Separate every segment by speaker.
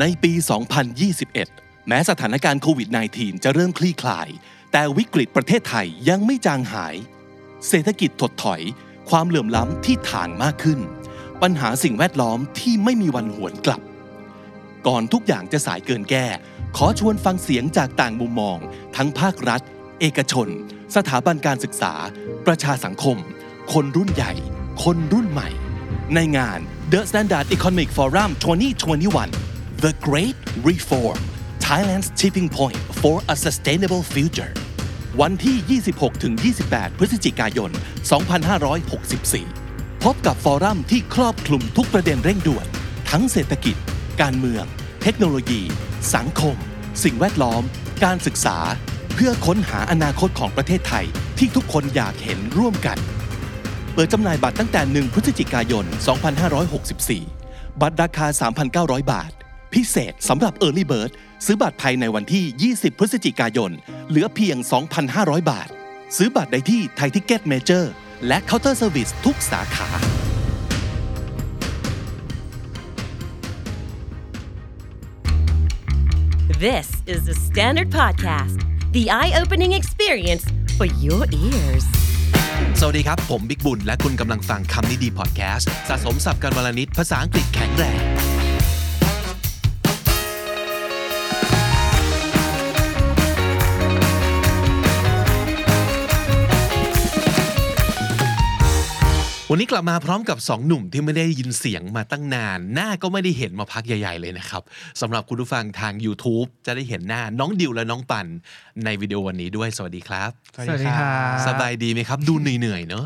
Speaker 1: ในปี 2021 แม้สถานการณ์โควิด -19 จะเริ่มคลี่คลาย แต่วิกฤตประเทศไทยยังไม่จางหาย เศรษฐกิจถดถอย ความเหลื่อมล้ำที่ฐานมากขึ้น ปัญหาสิ่งแวดล้อมที่ไม่มีวันหวนกลับ ก่อนทุกอย่างจะสายเกินแก้ ขอชวนฟังเสียงจากต่างมุมมอง ทั้งภาครัฐ เอกชน สถาบันการศึกษา ประชาสังคม คนรุ่นใหญ่ คนรุ่นใหม่ ในงาน The Standard Economic Forum 2021 The Great Reform Thailand's Tipping Point for a Sustainable Future วันที่ 26-28 พฤศจิกายน 2564 พบกับฟอรัมที่ครอบคลุมทุกประเด็นเร่งด่วน ทั้งเศรษฐกิจ การเมือง เทคโนโลยี สังคม สิ่งแวดล้อม การศึกษา เพื่อค้นหาอนาคตของประเทศไทยที่ทุกคนอยากเห็นร่วมกัน เปิดจำหน่ายบัตรตั้งแต่ 1 พฤศจิกายน 2564 บัตรราคา 3,900 บาท พิเศษสำหรับ Early Bird ซื้อบัตรภายในวันที่ 20 พฤศจิกายน เหลือเพียง 2,500 บาท ซื้อบัตรได้ที่ไทยทิเก็ตเมเจอร์และเคาน์เตอร์เซอร์วิสทุกสาขา
Speaker 2: This is the Standard Podcast, the eye opening experience for your ears.
Speaker 3: สวัสดีครับ ผมบิ๊กบุญ และคุณกำลังฟังคำนี้ดีพอดแคสต์ สะสมสับกันวลนิดภาษาอังกฤษแข็งแรง วันนี้กลับมาพร้อมกับ 2 หนุ่มที่ไม่ได้ยินเสียงมาตั้งนาน หน้าก็ไม่ได้เห็นมาพักใหญ่ ๆ เลยนะครับสำหรับคุณผู้ฟังทาง YouTube จะได้เห็นหน้าน้องดิวและน้องปันในวิดีโอวันนี้ด้วยสวัสดีครับ
Speaker 4: สวัสดีครับ
Speaker 3: สบายดีไหมครับ ดูเหนื่อยๆเนอะ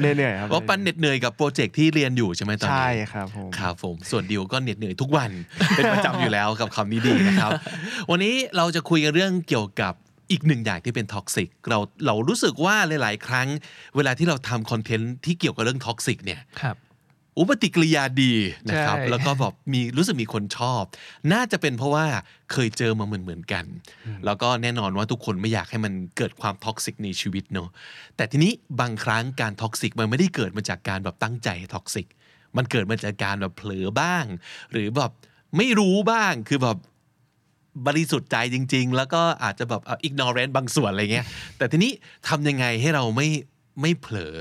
Speaker 4: เหนื่อยๆครับ
Speaker 3: ว่าะปันเหน็ดเหนื่อยกับโปรเจกต์ที่เรียนอยู่ใช่ไหมตอนนี้
Speaker 4: ใช่ครับผม
Speaker 3: ครับผมส่วนดิวก็เหน็ดเหนื่อยทุกวัน เป็นประจำอยู่แล้วกับคำนี้ดีนะครับ วันนี้เราจะคุยกันเรื่องเกี่ยวกับอีกหนึ่งอย่างที่เป็นท็อกซิกเราเรารู้สึกว่าหลาย ๆ ครั้ง เวลาที่เราทำคอนเทนต์ที่เกี่ยวกับเรื่องท็อกซิกเนี่ย
Speaker 5: ครับ
Speaker 3: อุปฏิกิริยาดีนะครับ
Speaker 5: ใช่
Speaker 3: แล้วก็แบบมีรู้สึกมีคนชอบ น่าจะเป็นเพราะว่าเคยเจอมาเหมือนเหมือนๆกัน แล้วก็แน่นอนว่าทุกคนไม่อยากให้มันเกิดความท็อกซิกในชีวิตเนอะแต่ทีนี้บางครั้งการท็อกซิกมันไม่ได้เกิดมาจากการแบบตั้งใจให้ท็อกซิก มันเกิดมาจากการแบบเผลอบ้าง หรือแบบไม่รู้บ้างคือแบบ บริสุทธิ์ใจจริง ๆ แล้วก็อาจจะแบบอิกนอร์เรนบางส่วนอะไรเงี้ย แต่ทีนี้ทำยังไงให้เราไม่ไม่เผลอ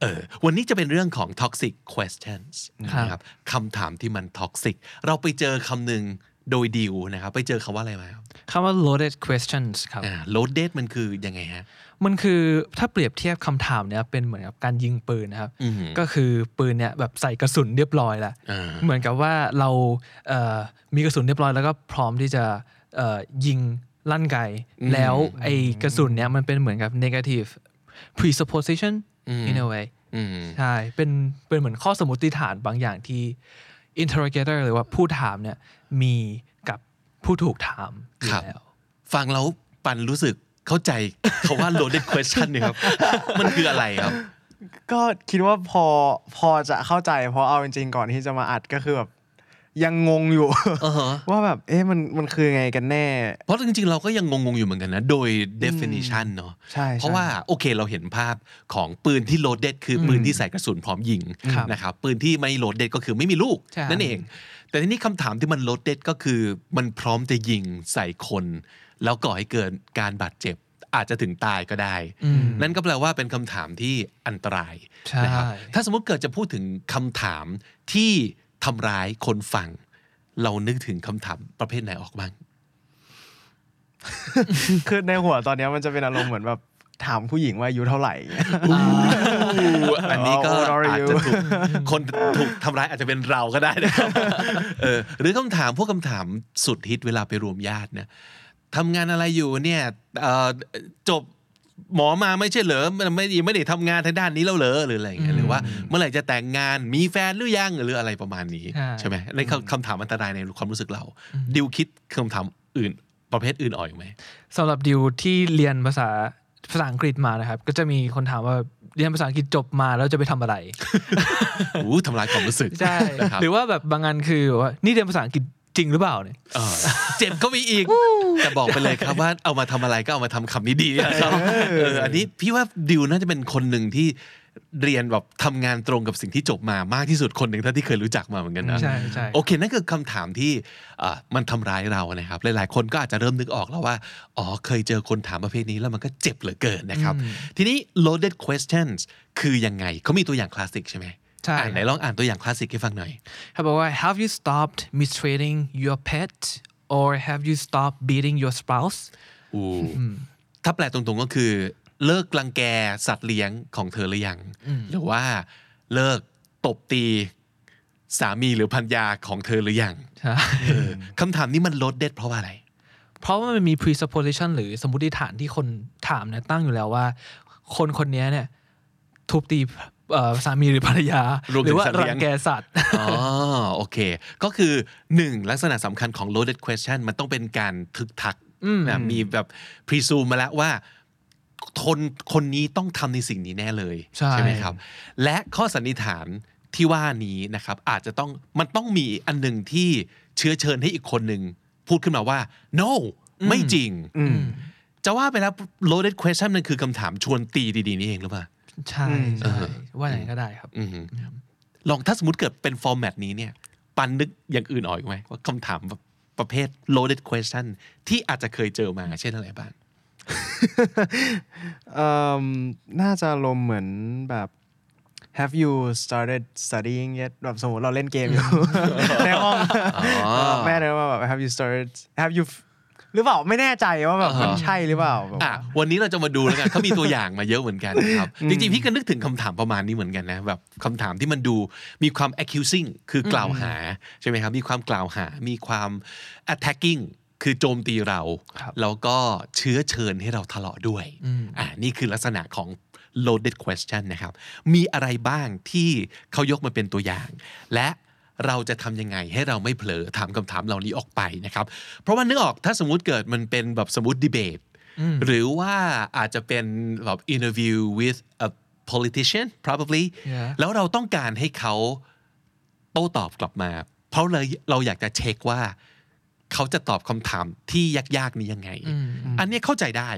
Speaker 3: เออ วันนี้จะเป็นเรื่องของ toxic questions
Speaker 5: ครับ
Speaker 3: นะครับคำถามที่มัน toxic เราไปเจอคำหนึ่งโดยดิวนะครับ ไปเจอคำว่าอะไรมาครับ
Speaker 5: คำว่า loaded questions ครับ
Speaker 3: อ่า loaded มันคือยังไงฮะ
Speaker 5: มันคือถ้าเปรียบเทียบคำถามเนี่ยเป็นเหมือนกับการยิงปืนนะครับ
Speaker 3: อือหือ
Speaker 5: ก็คือปืนเนี่ยแบบใส่กระสุนเรียบร้อยแล้ว
Speaker 3: อ่า
Speaker 5: เหมือนกับว่าเราเอ่อมีกระสุนเรียบร้อยแล้วก็พร้อมที่จะเอ่อยิงลั่นไก แล้วไอ้กระสุนเนี่ยมันเป็นเหมือนกับ negative presupposition in a way
Speaker 3: อืม
Speaker 5: ใช่ เป็นเป็นเหมือนข้อสมมติฐานบางอย่างที่ interrogator หรือว่าผู้ถามเนี่ยมีกับผู้ถูกถามอยู่
Speaker 3: ครับ
Speaker 5: แล้ว
Speaker 3: ฟังแล้วปันรู้สึกเข้าใจคำว่า loaded question เนี่ยครับ มันคืออะไรครับ
Speaker 4: ก็คิดว่าพอพอจะเข้าใจ เพราะเอาจริงๆก่อนที่จะมาอัดก็คือแบบยังงงอยู่
Speaker 3: อ่าฮะ
Speaker 4: ว่าแบบเอ๊ะมันมันคือไงกันแน่
Speaker 3: เพราะจริงๆ เราก็ยังงงๆ อยู่เหมือนกันนะ โดย definition เนอะ
Speaker 4: ใช่ใช่
Speaker 3: เพราะว่าโอเคเราเห็นภาพของปืนที่โ o ดเด็ดคือปืนที่ใส่กระสุนพร้อมยิง
Speaker 5: ครับ
Speaker 3: นะครับปืนที่ไม่โ o ดเด็ดก็คือไม่มีลูก
Speaker 5: ใช่
Speaker 3: นั่นเอง แต่ทีนี้คำถามที่มันโ o ดเด็ดก็คือมันพร้อมจะยิงใส่คน แล้วก่อให้เกิดการบาดเจ็บ อาจจะถึงตายก็ได้
Speaker 5: อืม
Speaker 3: นั่นก็แปลว่าเป็นคำถามที่อันตราย
Speaker 5: ใช่
Speaker 3: นะครับถ้าสมมติเกิดจะพูดถึงคำถามที่ทำร้ายคนฟัง เรานึกถึงคำถามประเภทไหนออกบ้าง
Speaker 4: คือในหัวตอนเนี้ยมันจะเป็นอารมณ์เหมือนแบบถามผู้หญิงว่าอายุเท่าไหร่ อย่างเงี้ย
Speaker 3: อันนี้ก็
Speaker 4: How old are
Speaker 3: อา
Speaker 4: you?
Speaker 3: จจะถูกคนถูกทำร้ายอาจจะเป็นเราก็ได้นะครับ เออหรือคำถามพวกคำถามสุดฮิตเวลาไปรวมญาตินะทำงานอะไรอยู่เนี่ยเอ่อจบหมอมาไม่ใช่เหรอมันไม่ไม่ได้ทำงานทางด้านนี้แล้วเหรอหรืออะไรอย่างเงี้ยหรือว่าเมื่อไหร่จะแต่งงานมีแฟนหรือยังหรืออะไรประมาณนี้
Speaker 5: ใช่
Speaker 3: ใช่ไหมในนคือคำถามอันตรายในความรู้สึกเรา ดิวคิดคำถามอื่นประเภทอื่นออกอีกไหม
Speaker 5: สำหรับดิวที่เรียนภาษาภาษาอังกฤษมานะครับ ก็จะมีคนถามว่าเรียนภาษาอังกฤษจบมาแล้วจะไปทำอะไร
Speaker 3: อู้ทำลายความรู้สึก
Speaker 5: ใช่
Speaker 3: นะครับ
Speaker 5: หรือว่าแบบบางงานคือแบบว่านี่เรียนภาษาอังกฤษจริงหรือเปล่าเนี่ย
Speaker 3: เออเจ็บก็มีอีก แต่บอกไปเลยครับว่าเอามาทำอะไรก็เอามาทำคำนี้ดีนะครับเอออันนี้พี่ว่าดิวน่าจะเป็นคนหนึ่งที่ เรียนแบบทำงานตรงกับสิ่งที่จบมามากที่สุดคนหนึ่งเท่าที่เคยรู้จักมาเหมือนกันนะ
Speaker 5: ใช่ใช่
Speaker 3: โอเค นั่นคือคำถามที่อ่ะมันทำร้ายเรานะครับ หลาย ๆ คนก็อาจจะเริ่มนึกออกแล้วว่า อ๋อ เคยเจอคนถามประเภทนี้แล้วมันก็เจ็บเหลือเกินนะครับ ทีนี้ loaded questions คือยังไง เขามีตัวอย่างคลาสสิกใช่ไหม
Speaker 5: ใช่
Speaker 3: อ่ะไหนลองอ่านตัวอย่างคลาสสิกให้ฟังหน่อย
Speaker 5: เขาบอกว่า have you stopped mistreating your pet or have you stopped beating your spouse
Speaker 3: ถ้าแปลตรงๆก็คือ เลิกรังแกสัตว์เลี้ยงของเธอหรือยัง หรือว่าเลิกตบตีสามีหรือภรรยาของเธอหรือยัง
Speaker 5: ใช่
Speaker 3: เออคำถามนี้มัน loaded เพราะว่าอะไร
Speaker 5: เพราะว่ามันมี presupposition หรือสมมติฐานที่คนถามเนี่ยตั้งอยู่แล้วว่า คนคนเนี้ยเนี่ยทุบตีเอ่อสามีหรือภรรยา
Speaker 3: รวมถึง
Speaker 5: หรือว่า
Speaker 3: สัตว์เลี้
Speaker 5: รั
Speaker 3: ยง
Speaker 5: งแกสัตว์
Speaker 3: อ๋อโอเค ก็คือหนึ่งลักษณะสำคัญของ loaded question มันต้องเป็นการทึกทักนะมีแบบ presume มาแล้วว่าคนคนนี้ต้องทำในสิ่งนี้แน่เลย
Speaker 5: ใช่
Speaker 3: ไหมครับ และข้อสันนิษฐานที่ว่านี้นะครับ อาจจะต้องมันต้องมีอันหนึ่งที่เชื้อเชิญให้อีกคนหนึ่งพูดขึ้นมาว่า no ไม่จริง จะว่าไปแล้ว loaded question มันคือคำถามชวนตีดีๆนี่เองหรือเปล่า
Speaker 5: ใช่ใช่ว่าอย่างนั้นก็ได้ครับ
Speaker 3: อืมลองถ้าสมมติเกิดเป็นฟอร์แมตนี้เนี่ย ปันนึกอย่างอื่นออกอีกไหมว่าคำถามแบบประเภท loaded question ที่อาจจะเคยเจอมาเช่นอะไรบ้าง
Speaker 4: เอิ่มน่าจะลมณ์เหมือนแบบ Have you started studying yet แบบสมมติเราเล่นเกมอยู่ ในห้องแม่เลยว่าแบบ Have you started Have you หรือเปล่าไม่แน่ใจว่าแบบมันใช่หรือเปล่าแบบ
Speaker 3: อ่ะวันนี้เราจะมาดูแล้วกันเขามีตัวอย่างมาเยอะเหมือนกันนะครับ จริงๆ พี่ก็นึกถึงคำถามประมาณนี้เหมือนกันนะแบบคำถามที่มันดูมีความ accusing คือกล่าวหาใช่ไหมครับ มีความกล่าวหา มีความ attacking คือโจมตีเรา
Speaker 5: ครับ
Speaker 3: แล้วก็เชื้อเชิญให้เราทะเลาะด้วยอ่านี่คือลักษณะของ loaded question นะครับ มีอะไรบ้างที่เขายกมาเป็นตัวอย่าง และเราจะทำยังไงให้เราไม่เผลอถามคำถามเหล่านี้ออกไปนะครับ เพราะว่านึกออกถ้าสมมุติเกิดมันเป็นแบบสมมติดีเบต หรือว่าอาจจะเป็นแบบ interview with a politician probably
Speaker 5: Yeah.
Speaker 3: แล้วเราต้องการให้เขาโต้ตอบกลับมา เพราะเลยเราอยากจะเช็คว่า เขาจะตอบคำถามที่ยาก ๆ นี้ยังไง อันเนี้ยเข้าใจได้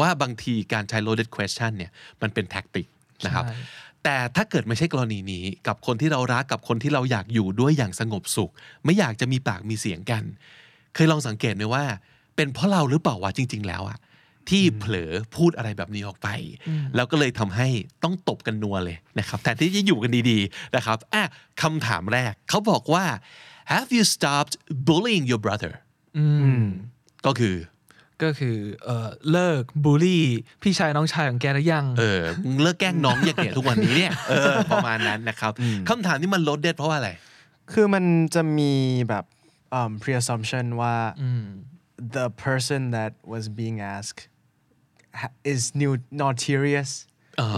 Speaker 3: ว่าบางทีการใช้ loaded question เนี่ยมันเป็นแท็กติกนะครับ
Speaker 5: ใช่
Speaker 3: แต่ถ้าเกิดไม่ใช่กรณีนี้กับคนที่เรารักกับคนที่เราอยากอยู่ด้วยอย่างสงบสุข ไม่อยากจะมีปากมีเสียงกัน เคยลองสังเกตไหมว่า เป็นเพราะเราหรือเปล่าวะจริง ๆ แล้วอะที่เผลอพูดอะไรแบบนี้ออกไป แล้วก็เลยทำให้ต้องตบกันนัวเลยนะครับแต่ที่จะอยู่กันดีๆนะครับอ่ะคำถามแรกเขาบอกว่า have you stopped bullying your brother ก็คือ
Speaker 5: ก็คือเอ่อเลิกบูลลี่พี่ชายน้องชายของแกหรือยัง
Speaker 3: เออมึงเลิกแกล้งน้องอย่างเนี่ยทุกวันนี้เนี่ยเออประมาณนั้นนะครับคำถามนี้มันลดเด็ดเพราะว่าอะไร
Speaker 4: คือมันจะมีแบบเอิ่ม pre-assumption ว่า the person that was being asked ha- is new notorious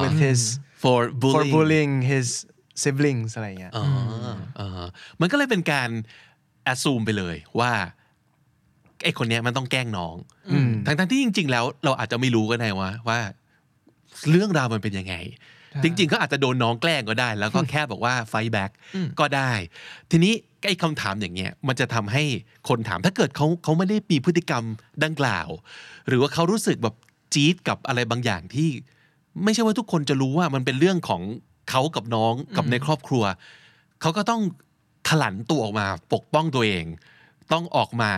Speaker 4: with his
Speaker 3: for
Speaker 4: for
Speaker 3: bullying
Speaker 4: bullying his siblings อะไรเงี้ย
Speaker 3: อ่ามันก็เลยเป็นการ assume ไปเลยว่าไอ้คนเนี้ยมันต้องแกล้งน้องทั้งๆที่จริง ๆ แล้วเราอาจจะไม่รู้ก็ได้ว่าว่า เรื่องราวมันเป็นยังไง จริงๆก็อาจจะโดนน้องแกล้งก็ได้ แล้วก็แค่ บอกว่าไฟแบ็กก็ได้ ทีนี้ไอ้คำถามอย่างเงี้ยมันจะทำให้คนถามถ้าเกิดเขาเขาไม่ได้มีพฤติกรรมดังกล่าว หรือว่าเขารู้สึกแบบจี๊ดกับอะไรบางอย่างที่ ไม่ใช่ว่าทุกคนจะรู้ว่ามันเป็นเรื่องของเขากับน้องกับในครอบครัว เขาก็ต้องถลันตัวออกมาปกป้องตัวเอง ต้องออกมา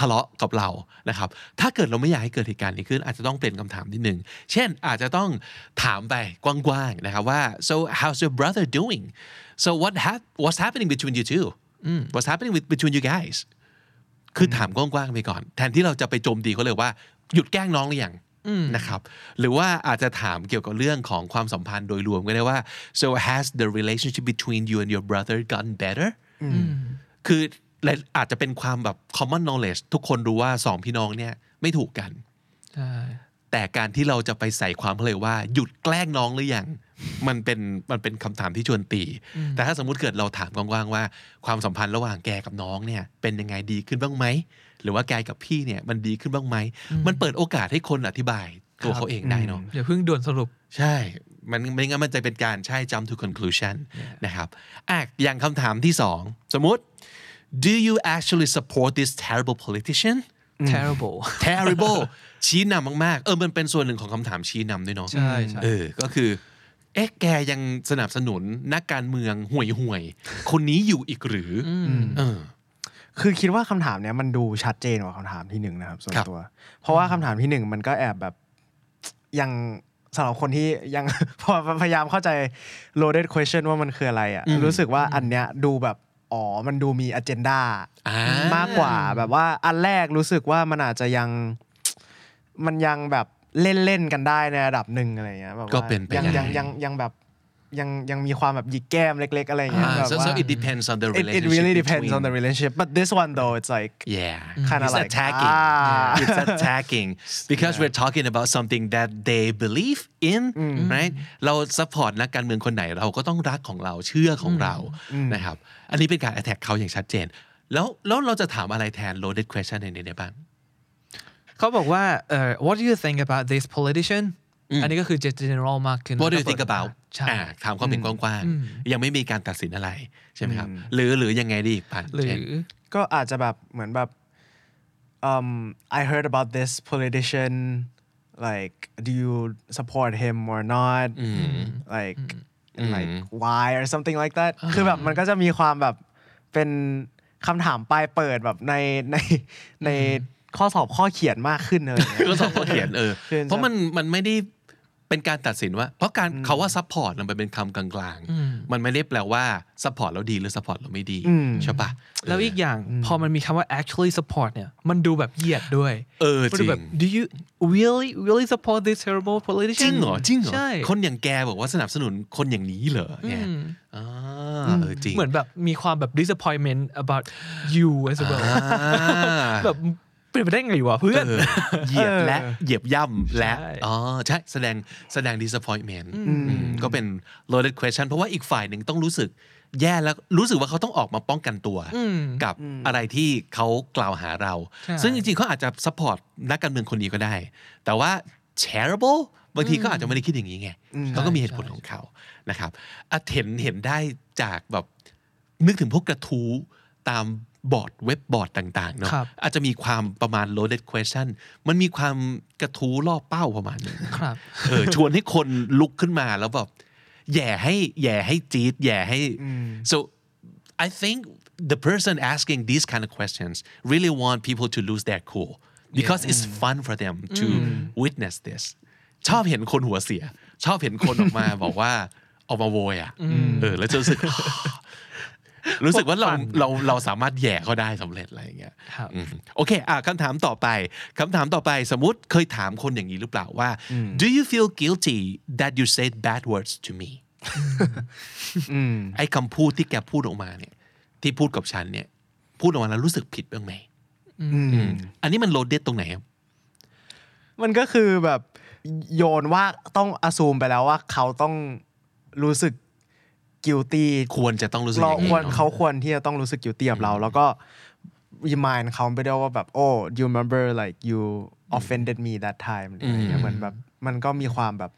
Speaker 3: ทะเลาะกับเรานะครับ ถ้าเกิดเราไม่อยากให้เกิดเหตุการณ์นี้ขึ้น อาจจะต้องเปลี่ยนคำถามนิดหนึ่งเช่นอาจจะต้องถามไปกว้างๆนะครับว่า so how's your brother doing so what hap what's happening between you two what's happening with between you guys คือถามกว้างๆไปก่อน แทนที่เราจะไปโจมตีเขาเลยว่า หยุดแกล้งน้องหรือยังนะครับ หรือว่าอาจจะถามเกี่ยวกับเรื่องของความสัมพันธ์โดยรวมก็ได้ว่า so has the relationship between you and your brother gotten better คืออาจจะเป็นความแบบ common knowledge ทุกคนรู้ว่าสองพี่น้องเนี่ยไม่ถูกกัน
Speaker 5: ใช่
Speaker 3: แต่การที่เราจะไปใส่ความเขาเลยว่า หยุดแกล้งน้องหรือยังมันเป็นมันเป็นคำถามที่ชวนตี แต่ถ้าสมมุติเกิดเราถามกว้างๆว่า ความสัมพันธ์ระหว่างแกกับน้องเนี่ยเป็นยังไงดีขึ้นบ้างไหม หรือว่าแกกับพี่เนี่ยมันดีขึ้นบ้างไหม มันเปิดโอกาสให้คนอธิบายตัวเขาเองได้เนาะ
Speaker 5: เดี๋ยวเพิ่งด่วนสรุป
Speaker 3: ใช่ มันไม่งั้นมันจะเป็นการใช่ jump to conclusion นะครับอ่ะอย่างคำถามที่สอง สมมติ do you actually support this terrible politician
Speaker 5: terrible
Speaker 3: terrible ชี้นำมาก ๆ เออ มันเป็นส่วนหนึ่งของคำถามชี้นำด้วยเนาะ
Speaker 5: ใช่ใช่
Speaker 3: เออ ก็คือ เอ๊ะแกยังสนับสนุนนักการเมืองห่วยห่วยๆคนนี้อยู่อีกหรืออเออ
Speaker 4: คือคิดว่าคำถามเนี้ยมันดูชัดเจนกว่าคำถามที่หนึ่งนะครับส่วน
Speaker 3: ครับ
Speaker 4: ตัว เพราะว่าคำถามที่หนึ่งมันก็แอบแบบ ยังสำหรับคนที่ยัง พอพยายามเข้าใจ loaded question ว่ามันคืออะไรอะ
Speaker 3: อืม
Speaker 4: รู้สึกว่าอันเนี้ยดูแบบอ๋อมันดูมี agenda
Speaker 3: อ่
Speaker 4: มากกว่าแบบว่าอันแรกรู้สึกว่ามันอาจจะยัง มันยังแบบเล่นเล่นๆกันได้ในระดับหนึ่งอะไรเงี้ยแบบว่า
Speaker 3: ก็เป็นไป
Speaker 4: ยัง
Speaker 3: ได้
Speaker 4: ยังยังยังแบบยังยังมีความแบบหยิกแก้มเล็ก ๆ อะไรเงี้ย
Speaker 3: อ่า
Speaker 4: แบบ
Speaker 3: so
Speaker 4: ว่า
Speaker 3: so it depends on the
Speaker 4: it,
Speaker 3: relationship
Speaker 4: it really depends
Speaker 3: between-
Speaker 4: on the relationship but this one though it's like
Speaker 3: yeah
Speaker 4: Kinda
Speaker 3: it's
Speaker 4: like,
Speaker 3: attacking
Speaker 4: ah.
Speaker 3: it's attacking because we're talking about something that they believe in right เรา support นักการเมืองคนไหนเราก็ต้องรักของเราเชื่อของเรานะครับ อันนี้เป็นการ attack เขาอย่างชัดเจน แล้วแล้วเราจะถามอะไรแทน loaded question ในนี้ได้บ้าง
Speaker 5: เขาบอกว่าเอ่อ what do you think about this politician อันนี้ก็คือ general มากขึ้น
Speaker 3: What do you think about
Speaker 5: ใช่
Speaker 3: อ่าถามความเป็นกว้างๆ ยังไม่มีการตัดสินอะไร ใช่ไหมครับ หรือหรือยังไงดีปัน
Speaker 5: หรือ
Speaker 3: เช่น
Speaker 4: ก็อาจจะแบบเหมือนแบบ um I heard about this politician like do you support him or not like and like why or something like that คือแบบมันก็จะมีความแบบเป็นคำถามปลายเปิดแบบใน ในในข้อสอบข้อเขียนมากขึ้นเลย
Speaker 3: ก็สอบข้อเขียนเออ
Speaker 4: เขียน
Speaker 3: เพราะมันมันไม่ได้เป็นการตัดสินว่า เพราะการเขาว่าซัพพอร์ตมันเป็นคำกลางๆ มันไม่ได้แปลว่าซัพพอร์ตเราดีหรือซัพพอร์ตเราไม่ดีใช่ปะ
Speaker 5: แล้วอีกอย่างพอมันมีคำว่า actually support เนี่ย มันดูแบบเหยียดด้วย
Speaker 3: เออ
Speaker 5: มัน
Speaker 3: จ
Speaker 5: ดู
Speaker 3: ริง
Speaker 5: แบบ do you really really support this terrible
Speaker 3: จริ
Speaker 5: politician
Speaker 3: งเหรอจริงเหรอ
Speaker 5: ใช่
Speaker 3: คนอย่างแกบอกว่าสนับสนุนคนอย่างนี้เหรอเนี่ยอ่าเออจริง
Speaker 5: เหมือนแบบมีความแบบ disappointment about you as well
Speaker 3: อ่า
Speaker 5: แบบเป็นไปได้ไงวะเพื่อน
Speaker 3: เออเหยียบและเหยียบย่ำและ
Speaker 5: ใช่
Speaker 3: อ๋อใช่แสดงแสดง disappointment อืมก็เป็น loaded question เพราะว่าอีกฝ่ายหนึ่งต้องรู้สึก แย่แล้วรู้สึกว่าเขาต้องออกมาป้องกันตัว กับอะไรที่เขากล่าวหาเรา ซึ่งจริงๆเขาอาจจะ support นักการเมืองคนนี้ก็ได้ แต่ว่า terrible บางทีก็อาจจะไม่ได้คิดอย่างนี้ไงเขาก็มีเหตุผลของเขานะครับอ่ะเห็นเห็นได้จากแบบ นึกถึงพวกกระทู้ตามบอร์ดเว็บบอร์ดต่างๆเนาะ
Speaker 5: ครับ
Speaker 3: อาจจะมีความประมาณ loaded question มันมีความกระทู้ล่อเป้าประมาณหนึง
Speaker 5: ครับ
Speaker 3: เออชวนให้คนลุกขึ้นมาแล้วแบบแย่ให้แย่ให้จี๊ดแย่ให้ so I think the person asking these kind of questions really want people to lose their cool because it's fun for them to witness this ชอบเห็นคนหัวเสีย ชอบเห็นคนออกมา บอกว่าออกมาโวยอ่ะเออแล้วจะรู้สึก รู้สึกว่าเราเราเราสามารถแหย่เขาได้สำเร็จอะไรอย่างเงี้ย
Speaker 5: ครับ
Speaker 3: อืมโอเคอ่ะคำถามต่อไปคำถามต่อไปสมมุติเคยถามคนอย่างนี้หรือเปล่าว่า do you feel guilty that you said bad words to me ไอ้คำพูดที่แกพูดออกมาเนี่ย ที่พูดกับฉันเนี่ย พูดออกมาแล้วรู้สึกผิดบ้างไหมอืมอันนี้มันโลดเด็ดตรงไหนครับ
Speaker 4: มันก็คือแบบโยนว่าต้องอ u ูมไปแล้วว่าเขาต้องรู้สึก guilty
Speaker 3: ควรจะต้องรู้สึกอ
Speaker 4: เรา
Speaker 3: ย่างนี้
Speaker 4: ควร
Speaker 3: เนอะ
Speaker 4: เขาควรที่จะต้องรู้สึก guilty กับเรา แล้วก็ remind เขาไปด้วยว่าแบบ oh you remember like you offended me that time หรืออะไรเงี้ยเหมือนแบบมันก็มีความแบบ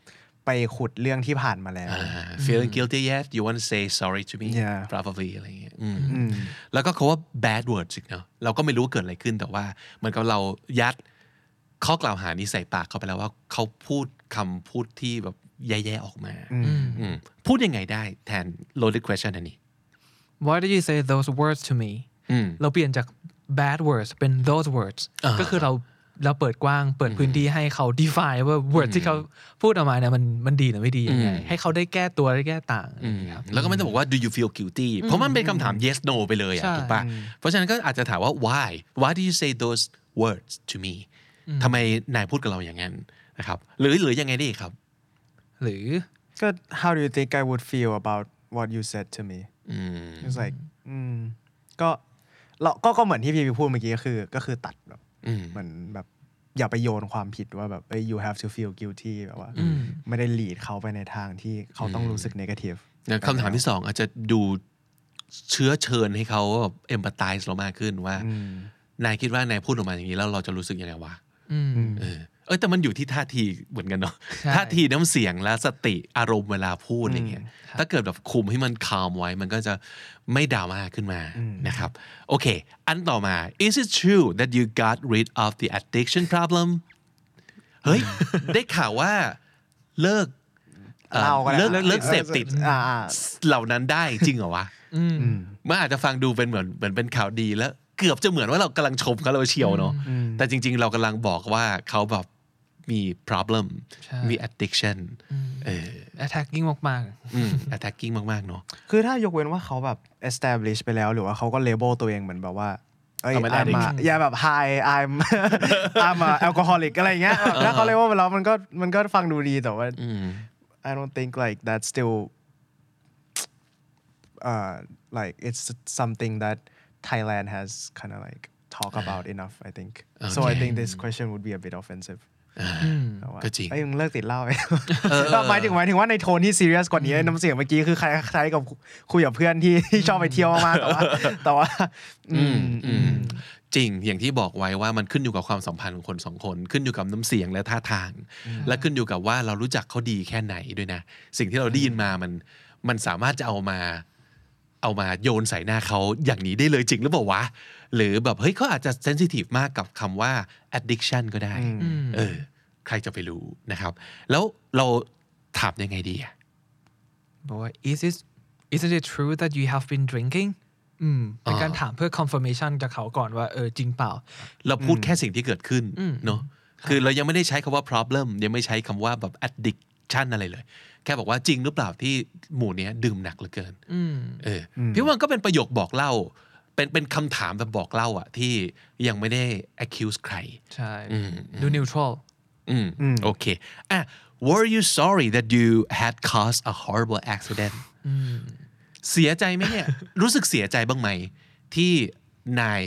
Speaker 4: ไปขุดเรื่องที่ผ่านมาแล้ว
Speaker 3: อ่า feeling guilty yet you want to say sorry to me
Speaker 4: Yeah.
Speaker 3: probably อะไรอย่างเงี้ยอืมแล้วก็เขาว่า bad words อีกเนาะเราก็ไม่รู้ว่าเกิดอะไรขึ้นแต่ว่าเหมือนกับเรายัดข้อกล่าวหานี้ใส่ปากเขาไปแล้วว่าเขาพูดคำพูดที่แบบแย่ๆออกมาอืมพูดยังไงได้แทน loaded question อันนี้
Speaker 5: why did you say those words to me เราเปลี่ยนจาก bad words เป็น those words
Speaker 3: อ่า
Speaker 5: ก็คือเราเราเปิดกว้างเปิดพื้นที่ให้เขา define ว่า words ที่เขาพูดออกมาเนี่ยมันมันดีหรือไม่ดียังไงให้เขาได้แก้ตัวได้แก้ต่างอะไรอย่างเงี้ยครับ
Speaker 3: แล้วก็ไม่ต้องบอกว่า do you feel guilty เพราะมันเป็นคำถาม yes no ไปเลยอะ
Speaker 5: ใช่
Speaker 3: ถูกปะเพราะฉะนั้นก็อาจจะถามว่า why why do you say those words to me ทำไมนายพูดกับเราอย่างนั้นนะครับ หรือหรือยังไงดีครับ
Speaker 5: หรือ
Speaker 4: ก็ how do you think I would feel about what you said to me it's like อืมก็เราก็ก็เหมือนที่พี่พี่พูดเมื่อกี้ก็คือก็คือตัดแบบเหมือนแบบอย่าไปโยนความผิดว่าแบบเอ้ย you have to feel guilty แบบว่า ไม่ได้หลีดเขาไปในทางที่เขาต้องรู้สึก negative
Speaker 3: นะคำถามที่สองอาจจะดูเชื้อเชิญให้เขาแบบเอมพัตไ์เรามากขึ้นว่านายคิดว่านายพูดออกมาอย่างนี้แล้วเราจะรู้สึกยังไงวะเออเอ้ยแต่มันอยู่ที่ท่าทีเหมือนกันเนาะ
Speaker 5: ใช่
Speaker 3: ท่าทีน้ำเสียงและสติอารมณ์เวลาพูดอย่างเงี้ยถ้าเกิดแบบคุมให้มันคามไว้มันก็จะไม่ดราม่าขึ้นมานะครับโอเค อันต่อมา is it true that you got rid of the addiction problem เฮ้ย ได้ข่าวว่าเลิก อ่อ
Speaker 4: เหล้าก็ได้
Speaker 3: เลิกเลิกเสพติด
Speaker 4: อ่าอ่า
Speaker 3: เหล่านั้นได้จริงเหรอวะ
Speaker 5: อืม
Speaker 4: อืม
Speaker 3: มันอาจจะฟังดูเป็นเหมือนเหมือนเป็นข่าวดีแล้ว เกือบจะเหมือนว่าเรากำลังชมเขาเราเชียวเนาะ
Speaker 4: อืม
Speaker 3: แต่จริง ๆ เรากำลังบอกว่าเขาแบบมี problem
Speaker 5: ใช่
Speaker 3: มี addiction เออ
Speaker 5: แอทแทกกิ้งมาก
Speaker 3: อืม attacking มาก ๆ เนาะ
Speaker 4: คือถ้ายกเว้นว่าเขาแบบ establish ไปแล้ว หรือว่าเขาก็ label ตัวเองเหมือนแบบว่าเอ้ย
Speaker 3: เอาไม่ได้
Speaker 4: I'm
Speaker 3: ดิ
Speaker 4: a- อย่าแบบ hi I'm I'm a alcoholic อะไรอย่างเงี้ยแบบถ้าเขา label ไปแล้วมันก็มันก็ฟังดูดีแต่ว่า
Speaker 3: อืม
Speaker 4: I don't think like that's still uh like it's something that Thailand has kind of like talk about enough I think so I
Speaker 3: Okay.
Speaker 4: think this question would be a bit offensive
Speaker 5: ๆอืม
Speaker 4: แต่ว่า
Speaker 3: ก็จริง
Speaker 4: เอ้ยมึงเลิกติดเหล้าไป
Speaker 3: เออ
Speaker 4: หมายถึงหมายถึงว่าในโทนที่ซีเรียสกว่านี้น้ำเสียงเมื่อกี้คือคล้ายๆกับคุยกับเพื่อนที่ ที่ชอบไปเที่ยวมากๆแต่ว่าแต่ว่า อืม
Speaker 3: อืมจริงอย่างที่บอกไว้ว่ามันขึ้นอยู่กับความสัมพันธ์ของคนสองคน ขึ้นอยู่กับน้ำเสียงและท่าทาง และขึ้นอยู่กับว่าเรารู้จักเขาดีแค่ไหนด้วยนะ สิ่งที่เราได้ยินมามันมันสามารถจะเอามา เอามาโยนใส่หน้าเขาอย่างนี้ได้เลยจริงหรือเปล่าวะ หรือแบบ เฮ้ยเขาอาจจะเซนซิทีฟมากกับคำว่า addiction ก็ได้เออ ใครจะไปรู้นะครับ แล้วเราถามยังไงดีอะ
Speaker 5: บอกว่า is it isn't it true that you have been drinking อืมเป็นการถามเพื่อ confirmation จากเขาก่อนว่าเออจริงเปล่า
Speaker 3: เราพูดแค่สิ่งที่เกิดขึ้นเนาะคือเรายังไม่ได้ใช้คำว่า problem ยังไม่ใช้คำว่าแบบ addiction อะไรเลย แค่บอกว่าจริงหรือเปล่าที่หมู่เนี้ยดื่มหนักเหลือเกินเอออพี่ว่ามันก็เป็นประโยคบอกเล่า เป็นเป็นคำถามแบบบอกเล่าอะที่ยังไม่ได้ accuse ใคร
Speaker 5: ใช่ดู neutral
Speaker 3: อืมโอเคอ่ะ were you sorry that you had caused a horrible accident เสียใจไหมเนี่ย รู้สึกเสียใจบ้างไหม ที่นาย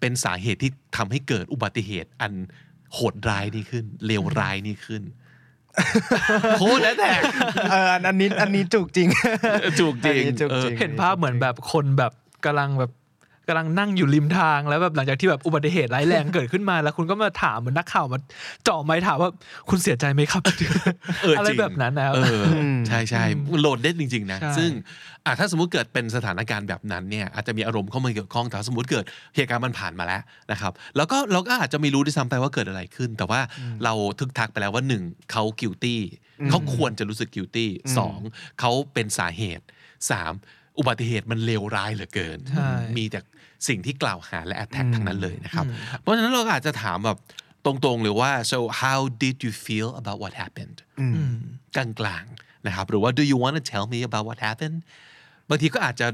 Speaker 3: เป็นสาเหตุที่ทำให้เกิดอุบัติเหตุอันโหดร้ายนี้ขึ้น เลวร้ายนี้ขึ้น โคตรแล้ว แต่
Speaker 4: เอออันอันนี้อันนี้จุกจริง
Speaker 3: จุกจริ
Speaker 4: อัน
Speaker 3: ง
Speaker 4: นี้จุกจริง
Speaker 5: เห็นภาพเหมือนแบบคนแบบกำลังแบบกำลังนั่งอยู่ริมทางแล้วแบบหลังจากที่แบบอุบัติเหตุร้ายแรงเกิดขึ้นมาแล้วคุณก็มาถามเหมือนนักข่าวมาเจาะไม้ถามว่าคุณ เสียใจไหมครับ
Speaker 3: เออ
Speaker 5: อะไร
Speaker 3: จริง
Speaker 5: แบบนั้นนะครับ
Speaker 3: เออใช่ใช่โหลดเด็ดจริง ๆ นะ
Speaker 5: ใช่
Speaker 3: ซึ่งอ่ะถ้าสมมติเกิดเป็นสถานการณ์แบบนั้นเนี่ยอาจจะมีอารมณ์เข้ามาเกี่ยวข้องแต่ถ้าสมมติเกิดเหตุการณ์มันผ่านมาแล้วนะครับ แล้วก็เราก็อาจจะไม่รู้ด้วยซ้ำไปว่าเกิดอะไรขึ้น แต่ว่าเราทึกทักไปแล้วว่าหนึ่งเขา guilty เขาควรจะรู้สึก guilty สองเขาเป็นสาเหตุสามอุบัติเหตุมันเลวร้ายเหลือเกิน
Speaker 5: ใช่
Speaker 3: มีแต่สิ่งที่กล่าวหาและ attack ทั้งนั้นเลยนะครับ เพราะฉะนั้นเราก็อาจจะถามแบบตรงๆเลยว่า so how did you feel about what happened กลางๆนะครับ หรือว่า do you want to tell me about what happened บางทีก็อาจจะ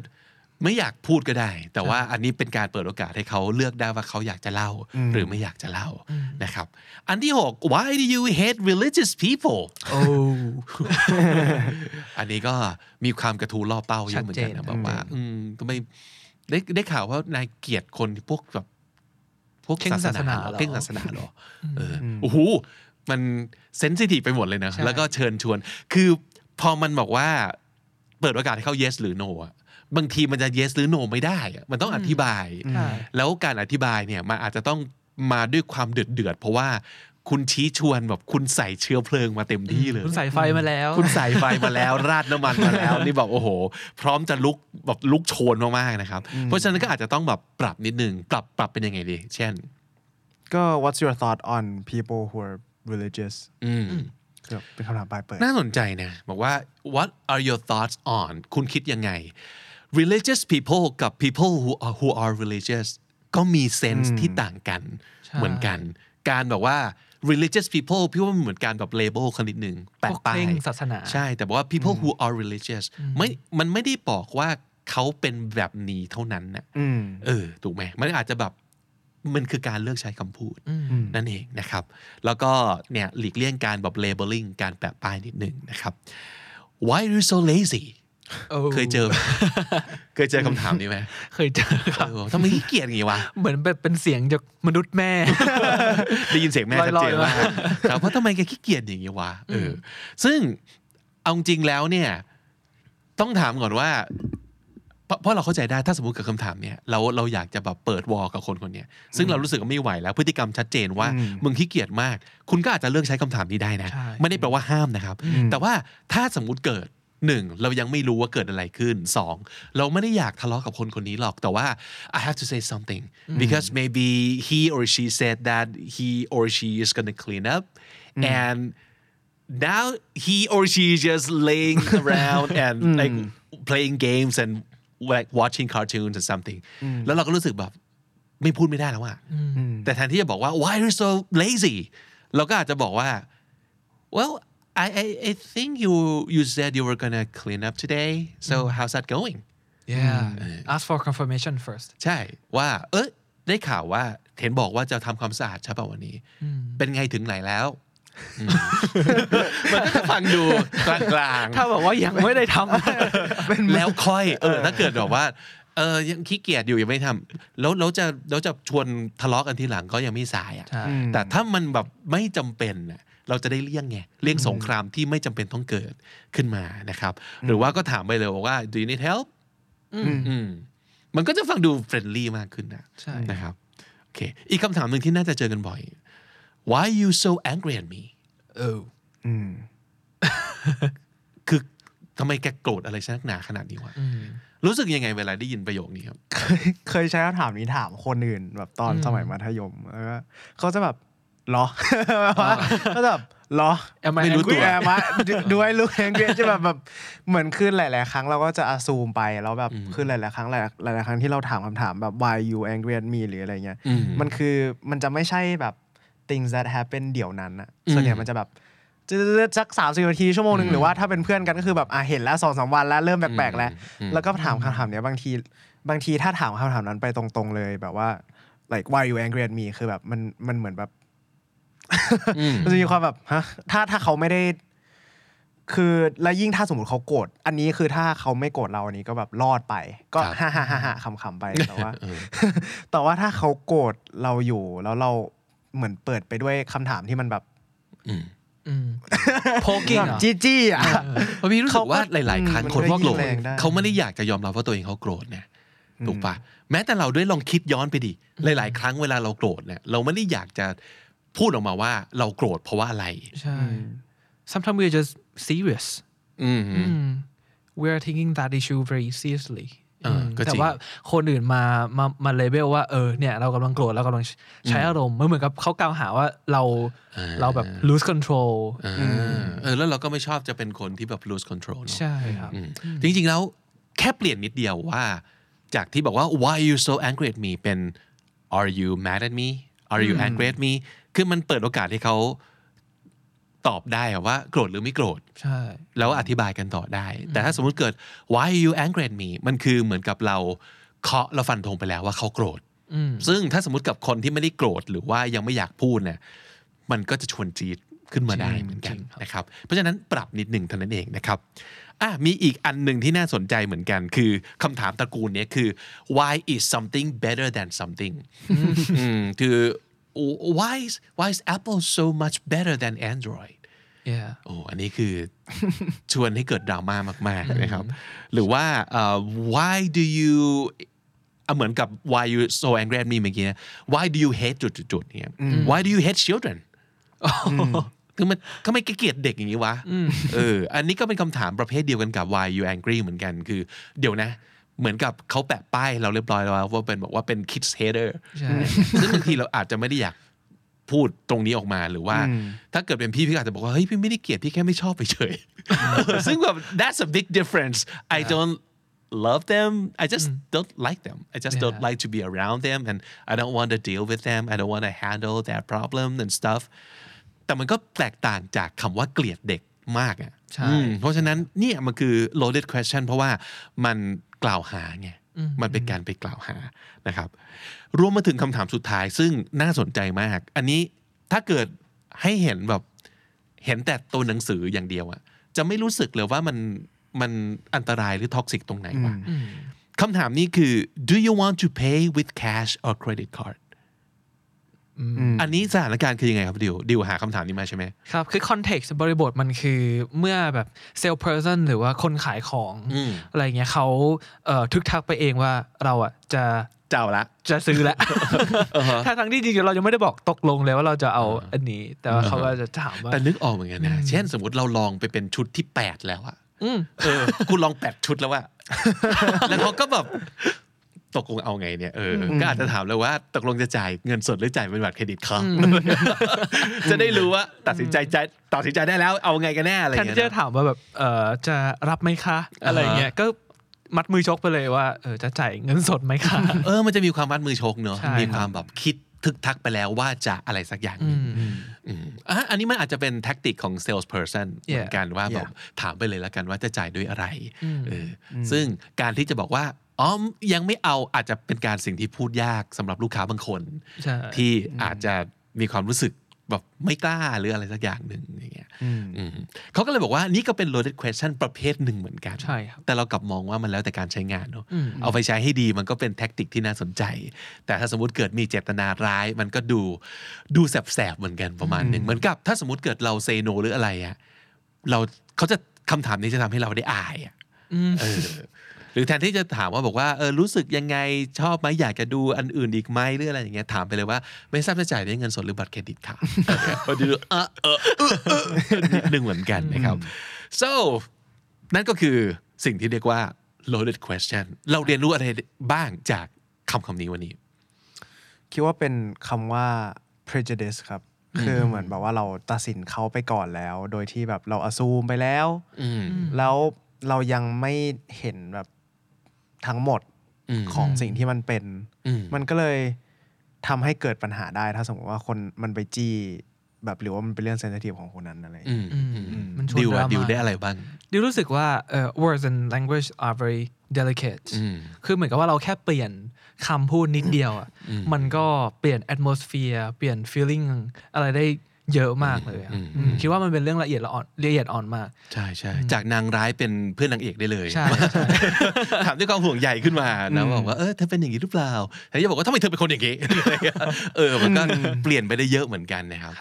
Speaker 3: ไม่อยากพูดก็ได้ แต่ว่าอันนี้เป็นการเปิดโอกาสให้เขาเลือกได้ว่าเขาอยากจะเล่า หรือไม่อยากจะเล่านะครับ อันที่ 6 why do you hate religious people
Speaker 5: โอ้
Speaker 3: อันนี้ก็มีความกระทู้ล่อเป้าเยอะเหมือนกันนะ
Speaker 5: ชัดเจน
Speaker 3: แบบว่า อืมก็ไม่ได้ได้ข่าวว่านายเกลียดคนพวกแบบ พวกศาสนาเหรอเพ่งศาสนาเหรอเอออโอ้โหมันเซนซิทีฟไปหมดเลยนะ แล้วก็เชิญชวน คือพอมันบอกว่า เปิดโอกาสให้เขา yes หรือ no อะบางทีมันจะ yes หรือ no ไม่ได้อะมันต้องอธิบาย
Speaker 5: ใช่
Speaker 3: แล้วการอธิบายเนี่ยมันอาจจะต้องมาด้วยความเดือดเดือดๆเพราะว่าคุณชี้ชวนแบบคุณใส่เชื้อเพลิงมาเต็มที่เลย
Speaker 5: คุณใส่ไฟมาแล้ว
Speaker 3: คุณใส่ไฟมา แล้ว ราดน้ำมันมาแล้ว นี่แบบโอ้โห พร้อมจะลุกแบบลุกโชนมากๆนะครับ เพราะฉะนั้นก็อาจจะต้องแบบปรับนิดนึง ปรับปรับเป็นยังไงดี เช่น
Speaker 4: ก็ what's your thought on people who are religious
Speaker 3: อืม
Speaker 4: คือแบบเป็นคำถามปลายเปิด
Speaker 3: น่าสนใจนะบอกว่า what are your thoughts on คุณคิดยังไง religious people กับ people who are, who are religious ก็มี sense ที่ต่างกัน
Speaker 5: ใช่
Speaker 3: เหมือนกัน การแบบว่า religious people พี่ว่ามันเหมือนการแบบ label คนนิดนึง แปะ
Speaker 5: พวก
Speaker 3: ป้า
Speaker 5: เคร่
Speaker 3: ย
Speaker 5: งศาสนา
Speaker 3: ใช่ แต่บอกว่า people who are religious ไม่มันไม่ได้บอกว่าเขาเป็นแบบนี้เท่านั้นน่ะ
Speaker 4: อืม
Speaker 3: เออ ถูกไหม มันอาจจะแบบ มันคือการเลือกใช้คำพูด นั่นเองนะครับ แล้วก็เนี่ยหลีกเลี่ยงการแบบ labeling การแปะป้ายนิดนึงนะครับ why are you so lazy
Speaker 5: โอ้
Speaker 3: เคยเจ อ เคยเจอคำถามนี้ไหม
Speaker 5: เคยเจอครับ
Speaker 3: เออทำไมขี้เกียจอย่างงี้วะ
Speaker 5: เหมือนแบบเป็นเสียงจากมนุษย์แม่
Speaker 3: ได้ยินเสียงแม่ชัดเจน
Speaker 5: ลอ
Speaker 3: มาย ก
Speaker 5: ๆ
Speaker 3: ครับว่าทำไมแกขี้เกียจอย่างนี้วะเออ ซึ่งเอาจริงแล้วเนี่ย ต้องถามก่อนว่าเพราะเพราะเราเข้าใจได้ถ้าสมมติเกิดคำถามเนี่ยเราเราอยากจะแบบเปิดวอลกับคนคนเนี้ยซึ่งเรารู้สึกว่าไม่ไหวแล้วพฤติกรรมชัดเจนว่า มึงขี้เกียจมาก คุณก็อาจจะเลือกใช้คำถามนี้ได้นะ
Speaker 5: ใช่
Speaker 3: ไม่ได้แปลว่าห้ามนะครับ แต่ว่าถ้าสมมุติเกิดหนึ่งเรายังไม่รู้ว่าเกิดอะไรขึ้นสองเราไม่ได้อยากทะเลาะกับคนคนนี้หรอกแต่ว่า I have to say something because maybe he or she said that he or she is gonna clean up and now he or she is just laying around and like playing games and like watching cartoons and something แล้วเราก็รู้สึกแบบไม่พูดไม่ได้แล้วอะแต่แทนที่จะบอกว่า why are you so lazy เราก็อาจจะบอกว่า well I I, I think you you said you were gonna clean up today so how's that going
Speaker 5: yeah ask for confirmation first
Speaker 3: ใช่ว่า เอ้ยได้ข่าวว่าเห็นบอกว่าจะทำความสะอาดใช่ป่ะวันนี้ เป็นไงถึงไหนแล้วอืม มันก็จะฟังดูกลางๆ
Speaker 5: ถ้าบอกว่ายังไม่ได้ทำ
Speaker 3: แล้วค่อยเออถ้าเกิดแบบว่าเออยังขี้เกียจอยู่ยังไม่ทำแล้วแล้วจะแล้วจะชวนทะเลาะกันทีหลังก็ยังไม่สายอ่ะ
Speaker 5: ใช่
Speaker 3: แต่ถ้ามันแบบไม่จำเป็นน่ะเราจะได้เลี่ยงไงเลี่ยงสงครามที่ไม่จำเป็นต้องเกิดขึ้นมานะครับ หรือว่าก็ถามไปเลยบอกว่า do you need help อืมมันก็จะฟังดูเฟรนลี่มากขึ้นนะ
Speaker 5: ใช่
Speaker 3: นะครับโอเคอีกคำถามหนึ่งที่น่าจะเจอกันบ่อย why you so angry at me
Speaker 5: เออ
Speaker 3: คือทำไมแกโกรธอะไรฉันนักหนาขนาดนี้วะรู้สึกยังไงเวลาได้ยินประโยคนี้ครับ
Speaker 4: เคยใช้คำถามนี้ถามคนอื่นแบบตอนสมัยมัธยมแล้วก็เขาจะแบบเหรอ ก็จะแบบเหรอ
Speaker 5: Am I
Speaker 3: ไม่รู้
Speaker 5: angry?
Speaker 3: ตัว
Speaker 4: แอบมา ดูไอ้ลูกแองเกรจะแบบแบบเหมือนขึ้นหลาย ๆ ครั้งเราก็จะอาซูมไปแล้วแบบขึ้นหลาย ๆ ครั้งหลายหลายๆครั้งที่เราถามคำถามแบบ why you angry at me หรืออะไรเงี้ย
Speaker 3: อืม
Speaker 4: มันคือมันจะไม่ใช่แบบ things that happen เดี๋ยวนั้นอะส่วนใหญ่มันจะแบบจะสักสามสิบนาทีชั่วโมงหนึ่งหรือว่าถ้าเป็นเพื่อนกันก็คือแบบอ่ะเห็นแล้วสองสามวันแล้วเริ่มแปลก ๆ แล้ว
Speaker 3: อืม
Speaker 4: แล้วก็ถามคำถามเนี้ยบางทีบางทีถ้าถามคำถามนั้นไปตรง ๆ เลยแบบว่า like why you angry at me คือแบบมันมันเหมือนแบบ มันจะมีความแบบฮะถ้าถ้าเขาไม่ได้ คือแล้วยิ่งถ้าสมมติเขาโกรธอันนี้คือถ้าเขาไม่โกรธเราอันนี้ก็แบบรอดไป ก็
Speaker 3: ครับ
Speaker 4: ฮ่าฮ่าฮ่าฮ่าขำๆไปแต่ว่า แต่ว่าถ้าเขาโกรธเราอยู่แล้วเราเหมือนเปิดไปด้วยคำถามที่มันแบบ
Speaker 5: อื ม poking เหรอ
Speaker 4: จี้จี้ๆอ่ะ
Speaker 3: เพราะพี่รู้สึกว่าหลาย ๆ ครั้งคนที่โกรธ
Speaker 4: มันก็ยิ่งแรงได้
Speaker 3: เขาไม่ได้อยากจะยอมรับว่าตัวเองเขาโกรธเนี่ยถูกปะแม้แต่เราด้วยลองคิดย้อนไปดิหลาย ๆ ครั้งเวลาเราโกรธเนี่ยเราไม่ได้อยากจะพูดออกมาว่าเราโกรธเพราะว่าอะไร
Speaker 5: ใช่ sometimes we're just serious
Speaker 3: อืม
Speaker 5: อืม we're taking that issue very seriously
Speaker 3: เออก็จริง
Speaker 5: แต่ว่าคนอื่นมามามาเลเบลว่าเออเนี่ยเรากำลังโกรธเรากำลังใช้อารมณ์มันเหมือนกับเขากล่าวหาว่าเราเราแบบ lose control
Speaker 3: อ่าเออแล้วเราก็ไม่ชอบจะเป็นคนที่แบบ lose control เนอะ
Speaker 5: ใช่ครับ
Speaker 3: อืมจริงๆ แล้วแค่เปลี่ยนนิดเดียวว่า จากที่บอกว่า why you so angry at me เป็น are you mad at me are you angry at me คือมันเปิดโอกาสให้เขาตอบได้อะว่าโกรธหรือไม่โกรธ
Speaker 5: ใช่
Speaker 3: แล้วอธิบายกันต่อได้ แต่ถ้าสมมุติเกิด why are you angry at me มันคือเหมือนกับเราเคาะเราฟันธงไปแล้วว่าเขาโกรธ ซึ่งถ้าสมมติกับคนที่ไม่ได้โกรธหรือว่ายังไม่อยากพูดเนี่ย มันก็จะชวนจี๊ดขึ้นมาได้เหมือนกันนะครับ เพราะฉะนั้นปรับนิดหนึ่งเท่านั้นเองนะครับอ่ะมีอีกอันหนึ่งที่น่าสนใจเหมือนกัน คือคำถามตระกูลเนี้ยคือ why is something better than something อืมคือ why is why is Apple so much better than Android
Speaker 5: yeah
Speaker 3: โอ้ อันนี้คือ ชวนให้เกิดดราม่ามากๆนะครับ หรือว่าเอ่อ why do you อ่ะเหมือนกับ why you so angry at me เมื่อกี้นะ why do you hate จุดๆเนี่ย why do you hate children คือมันทำไมแกเกลียดเด็กอย่างนี้วะเออ อันนี้ก็เป็นคำถามประเภทเดียวกันกับ why you angry เหมือนกัน คือ เดี๋ยวนะ เหมือนกับเขาแปะป้ายเราเรียบร้อยแล้วว่าเป็นบอกว่าเป็น kids hater
Speaker 5: ใช่
Speaker 3: ซึ่งบางทีเราอาจจะไม่ได้อยากพูดตรงนี้ออกมาหรือว่า ถ้าเกิดเป็นพี่พี่ก็อาจจะบอกว่า เฮ้ย พี่ไม่ได้เกลียด พี่แค่ไม่ชอบไปเฉยเออ ซึ่งแบบ that's a big difference I don't love them I just don't like them I just don't
Speaker 5: Yeah.
Speaker 3: like to be around them and I don't want to deal with them I don't want to handle their problem and stuff แต่มันก็แตกต่างจากคำว่าเกลียดเด็กมากอ่ะ
Speaker 5: ใช่
Speaker 3: อืมเพราะฉะนั้นเนี่ยมันคือ loaded question เพราะว่ามันกล่าวหาไง มันเป็นการไปกล่าวหานะครับ รวมมาถึงคำถามสุดท้ายซึ่งน่าสนใจมาก อันนี้ถ้าเกิดให้เห็นแบบเห็นแต่ตัวหนังสืออย่างเดียวอะจะไม่รู้สึกเลยว่ามันมันอันตรายหรือท็อกซิกตรงไหนวะคำถามนี้คือ do you want to pay with cash or credit card อันนี้สถานการณ์คือยังไงครับดิวดิวหาคำถามนี้มาใช่ไหม
Speaker 5: ครับ คือ context บริบทมันคือเมื่อแบบ sales person หรือว่าคนขายของ
Speaker 3: อืม
Speaker 5: อะไรเงี้ยเขาเอ่อทึกทักไปเองว่าเราอ่ะจะ
Speaker 3: เจ้าละ
Speaker 5: จะซื้อแล้วทั้งทั้งๆที่จริงๆเรายังไม่ได้บอกตกลงเลยว่าเราจะเอาอันนี้ แต่ว่าเขาก็จะถามว่า
Speaker 3: แต่นึกออกเหมือนกันนะ เช่นสมมติเราลองไปเป็นชุดที่ 8 แล้วอะ
Speaker 5: อืม
Speaker 3: เออ กูลอง 8 ชุดแล้วอะแล้วเขาก็แบบ ตกลงเอาไงเนี่ยเอออก็อาจจะถามเลยว่าตกลงจะจ่ายเงินสดหรือจ่ายเป็นบัตรเครดิตครับ จะได้รู้ว่าตัดสินใจใจตัดสินใจได้แล้วเอาไงกันแน่อะไรอ
Speaker 5: แท
Speaker 3: ย่าน ง
Speaker 5: ที่
Speaker 3: เงี้ย
Speaker 5: จะถามว่าแบบเออจะรับไหมคะ อะไรเงี้ยก็มัดมือชกไปเลยว่าเออจะจ่ายเงินสดไหมคะ
Speaker 3: เออมันจะมีความมัดมือชกเนอะ
Speaker 5: ใช่ครับ
Speaker 3: มีความแบบคิดทึกทักไปแล้วว่าจะอะไรสักอย่างห
Speaker 5: อื
Speaker 3: นึ่ง
Speaker 5: ม
Speaker 3: อืมอ่ะอันนี้มันอาจจะเป็นแท็กติกของ salesperson เหมือนกันว่าแบบถามไปเลยแล้วกันว่าจะจ่ายด้วยอะไรเอออซึ่งการที่จะบอกว่าอ๋อยังไม่เอาอาจจะเป็นการสิ่งที่พูดยากสำหรับลูกค้าบางคน
Speaker 5: ใช่
Speaker 3: ที่อาจจะมีความรู้สึกแบบไม่กล้าหรืออะไรสักอย่างหนึ่งอย่างเงี้ยอืมเขาก็เลยบอกว่านี่ก็เป็น loaded question ประเภทหนึ่งเหมือนกัน
Speaker 5: ใช่ครับ
Speaker 3: แต่เรากลับมองว่ามันแล้วแต่การใช้งานเนอะเอาไปใช้ให้ดีมันก็เป็นแท็กติกที่น่าสนใจ แต่ถ้าสมมติเกิดมีเจตนาร้าย มันก็ดูดูแสบๆเหมือนกันประมาณหนึ่งเหมือนกับ ถ้าสมมติเกิดเราเซโนหรืออะไรอะเราเขาจะคำถามนี้จะทำให้เราได้อายอะเออหรือแทนที่จะถามว่าบอกว่าเออรู้สึกยังไงชอบไหมอยากจะดูอันอื่นอีกไหมหรืออะไรอย่างเงี้ยถามไปเลยว่า ไม่ทราบจะจ่ายด้วยเงินสดหรือบัตรเครดิต ค่ะมันจะดูเออเออเออเออนิดนึงเหมือนกันนะครับ so นั่นก็คือสิ่งที่เรียกว่า loaded question เราเรียนรู้อะไรบ้างจากคำคำนี้วันนี้
Speaker 4: คิดว่าเป็นคำว่า prejudice ครับ คือเหมือนแบบว่าเราตัดสินเขาไปก่อนแล้ว โดยที่แบบเราอ u ูมไปแล้ว
Speaker 3: อืม
Speaker 4: แล้วเรายังไม่เห็นแบบทั้งหมด
Speaker 3: อืม
Speaker 4: ของสิ่งที่มันเป็น
Speaker 3: อืม
Speaker 4: มันก็เลยทำให้เกิดปัญหาได้ ถ้าสมมติว่าคนมันไปจี้แบบหรือว่ามันเป็นเรื่องเซนซิทีฟของคนนั้นอะไรอย่างเงี้ย
Speaker 3: อืม
Speaker 5: มันชวน
Speaker 3: ดิว
Speaker 5: ด
Speaker 3: อะ
Speaker 5: รา
Speaker 3: ดิวได้
Speaker 5: ม่า
Speaker 3: อะไรบ้าง
Speaker 5: ดิวรู้สึกว่าเอ่อ words and language are very delicate
Speaker 3: อืม
Speaker 5: คือเหมือนกับว่าเราแค่เปลี่ยนคำพูดนิดเดียวอ่ะมันก็เปลี่ยน atmosphere เปลี่ยน feeling อะไรได้เยอะมากเลยอะอืมคิดว่ามันเป็นเรื่องละเอียดละอ่อนละเอียดอ่อนมาก
Speaker 3: ใช่ใช่จากนางร้ายเป็นเพื่อนนางเอกได้เลย
Speaker 5: ใช่
Speaker 3: ถามด้วยความห่วงใยขึ้นมานะบอกว่าเออเธอเป็นอย่างนี้หรือเปล่าแต่จะบอกว่าทำไมเธอเป็นคนอย่างนี้ เออมันก็เปลี่ยนไปได้เยอะเหมือนกันนะครับ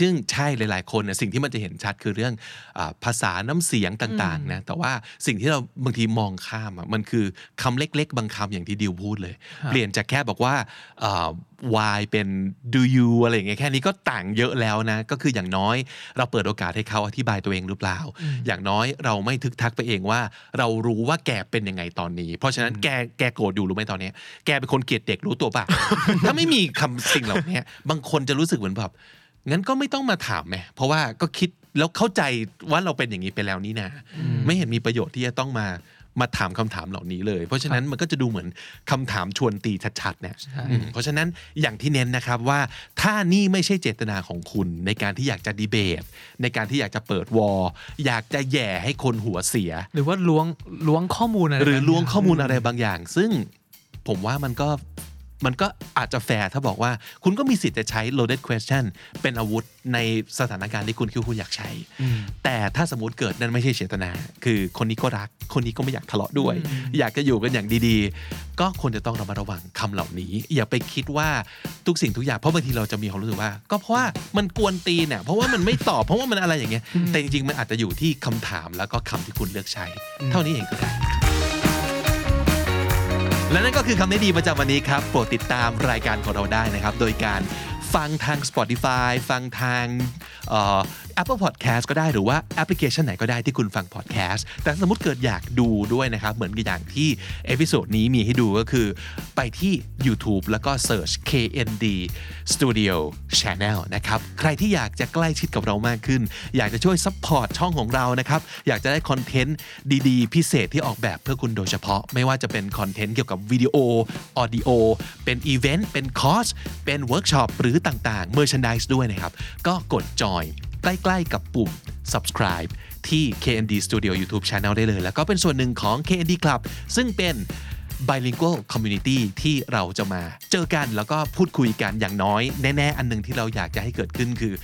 Speaker 3: ซึ่งใช่หลาย ๆ คนเนี่ยสิ่งที่มันจะเห็นชัดคือเรื่องอาภาษาน้ำเสียงต่าง ๆ นะ แต่ว่าสิ่งที่เราบางทีมองข้ามอะมันคือคำเล็ก ๆ บางคำอย่างที่ดิวพูดเลย เปลี่ยนจากแค่บอกว่าอ่า why เป็น do you อะไรอย่างเงี้ยแค่นี้ก็ต่างเยอะแล้วนะ ก็คืออย่างน้อยเราเปิดโอกาสให้เขาอธิบายตัวเองหรือเปล่า อย่างน้อยเราไม่ทึกทักไปเองว่า เรารู้ว่าแกเป็นยังไงตอนนี้ เพราะฉะนั้นแกแกโกรธอยู่รู้ไหมตอนเนี้ยแกเป็นคนเกลียดเด็กรู้ตัวป่ะ ถ้าไม่มีคำสิ่งเหล่านี้บางคนจะรู้สึกเหมือนแบบงั้นก็ไม่ต้องมาถามไหมเพราะว่าก็คิดแล้วเข้าใจว่าเราเป็นอย่างนี้ไปแล้วนี่นะไม่เห็นมีประโยชน์ที่จะต้องมามาถามคำถามเหล่านี้เลย เพราะฉะนั้นมันก็จะดูเหมือนคำถามชวนตีชัดๆเนี่ยอืมเพราะฉะนั้นอย่างที่เน้นนะครับว่าถ้านี่ไม่ใช่เจตนาของคุณในการที่อยากจะดีเบต ในการที่อยากจะเปิดวอลอยากจะแหย่ให้คนหัวเสีย
Speaker 5: หรือว่าล้วงล้วงข้อมูลอะไร
Speaker 3: หรือล้วง
Speaker 5: บาย่า
Speaker 3: ข้อมูลอะไรบางอย่าง ซึ่งผมว่ามันก็มันก็อาจจะแฟร์ถ้าบอกว่า คุณก็มีสิทธิ์จะใช้ loaded question เป็นอาวุธในสถานการณ์ที่คุณคิดว่าคุณอยากใช้ แต่ถ้าสมมติเกิดนั่นไม่ใช่เจตนา คือคนนี้ก็รัก คนนี้ก็ไม่อยากทะเลาะด้วย อยากจะอยู่กันอย่างดีๆ ก็ควรจะต้องระมัดระวังคำเหล่านี้ อย่าไปคิดว่าทุกสิ่งทุกอย่างเพราะบางทีเราจะมีความรู้สึกว่า ก็เพราะว่ามันกวนตีนเนี่ยเพราะว่ามันไม่ตอบเพราะว่ามันอะไรอย่างเงี้ยแต่จริงๆมันอาจจะอยู่ที่คำถามแล้วก็คำที่คุณเลือกใช้ เท่านี้เองก็ได้ และนั่นก็คือคำนิดีประจำวันนี้ครับ โปรดติดตามรายการของเราได้นะครับ โดยการฟังทาง Spotify ฟังทางเอ่อ Apple Podcast ก็ได้หรือว่าแอปพลิเคชันไหนก็ได้ที่คุณฟัง podcast แต่สมมติเกิดอยากดูด้วยนะครับ เหมือนกับอย่างที่เอพิโซดนี้มีให้ดูก็คือ ไปที่ YouTube แล้วก็ search KND Studio Channel นะครับ ใครที่อยากจะใกล้ชิดกับเรามากขึ้น อยากจะช่วยซัพพอร์ตช่องของเรานะครับ อยากจะได้คอนเทนต์ดีๆ พิเศษที่ออกแบบเพื่อคุณโดยเฉพาะ ไม่ว่าจะเป็นคอนเทนต์เกี่ยวกับวิดีโอ ออดิโอ เป็นอีเวนต์ เป็นคอร์ส เป็นเวิร์กช็อป หรือต่างๆ เมอร์ช n นดิสด้วยนะครับ ก็กดจอย ใกล้ๆกับปุ่ม subscribe ที่ KND Studio YouTube Channel ได้เลย แล้วก็เป็นส่วนหนึ่งของ KND Club ซึ่งเป็น bilingual community ที่เราจะมาเจอกันแล้วก็พูดคุยกันอย่างน้อย แน่ ๆ อันหนึ่งที่เราอยากจะให้เกิดขึ้นคือ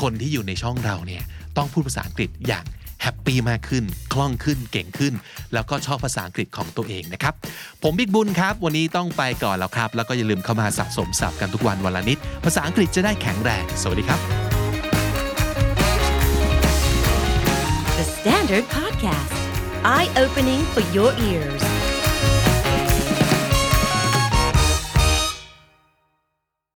Speaker 3: คนที่อยู่ในช่องเราเนี่ยต้องพูดภาษาอังกฤษอย่างแฮปปี้มากขึ้น คล่องขึ้นเก่งขึ้น แล้วก็ชอบภาษาอังกฤษของตัวเองนะครับ ผมบิ๊กบุญครับ วันนี้ต้องไปก่อนแล้วครับ แล้วก็อย่าลืมเข้ามาสะสมศัพท์กันทุกวันวันละนิด ภาษาอังกฤษจะได้แข็งแรง สวัสดีครับ
Speaker 2: The Standard Podcast, eye opening for your ears.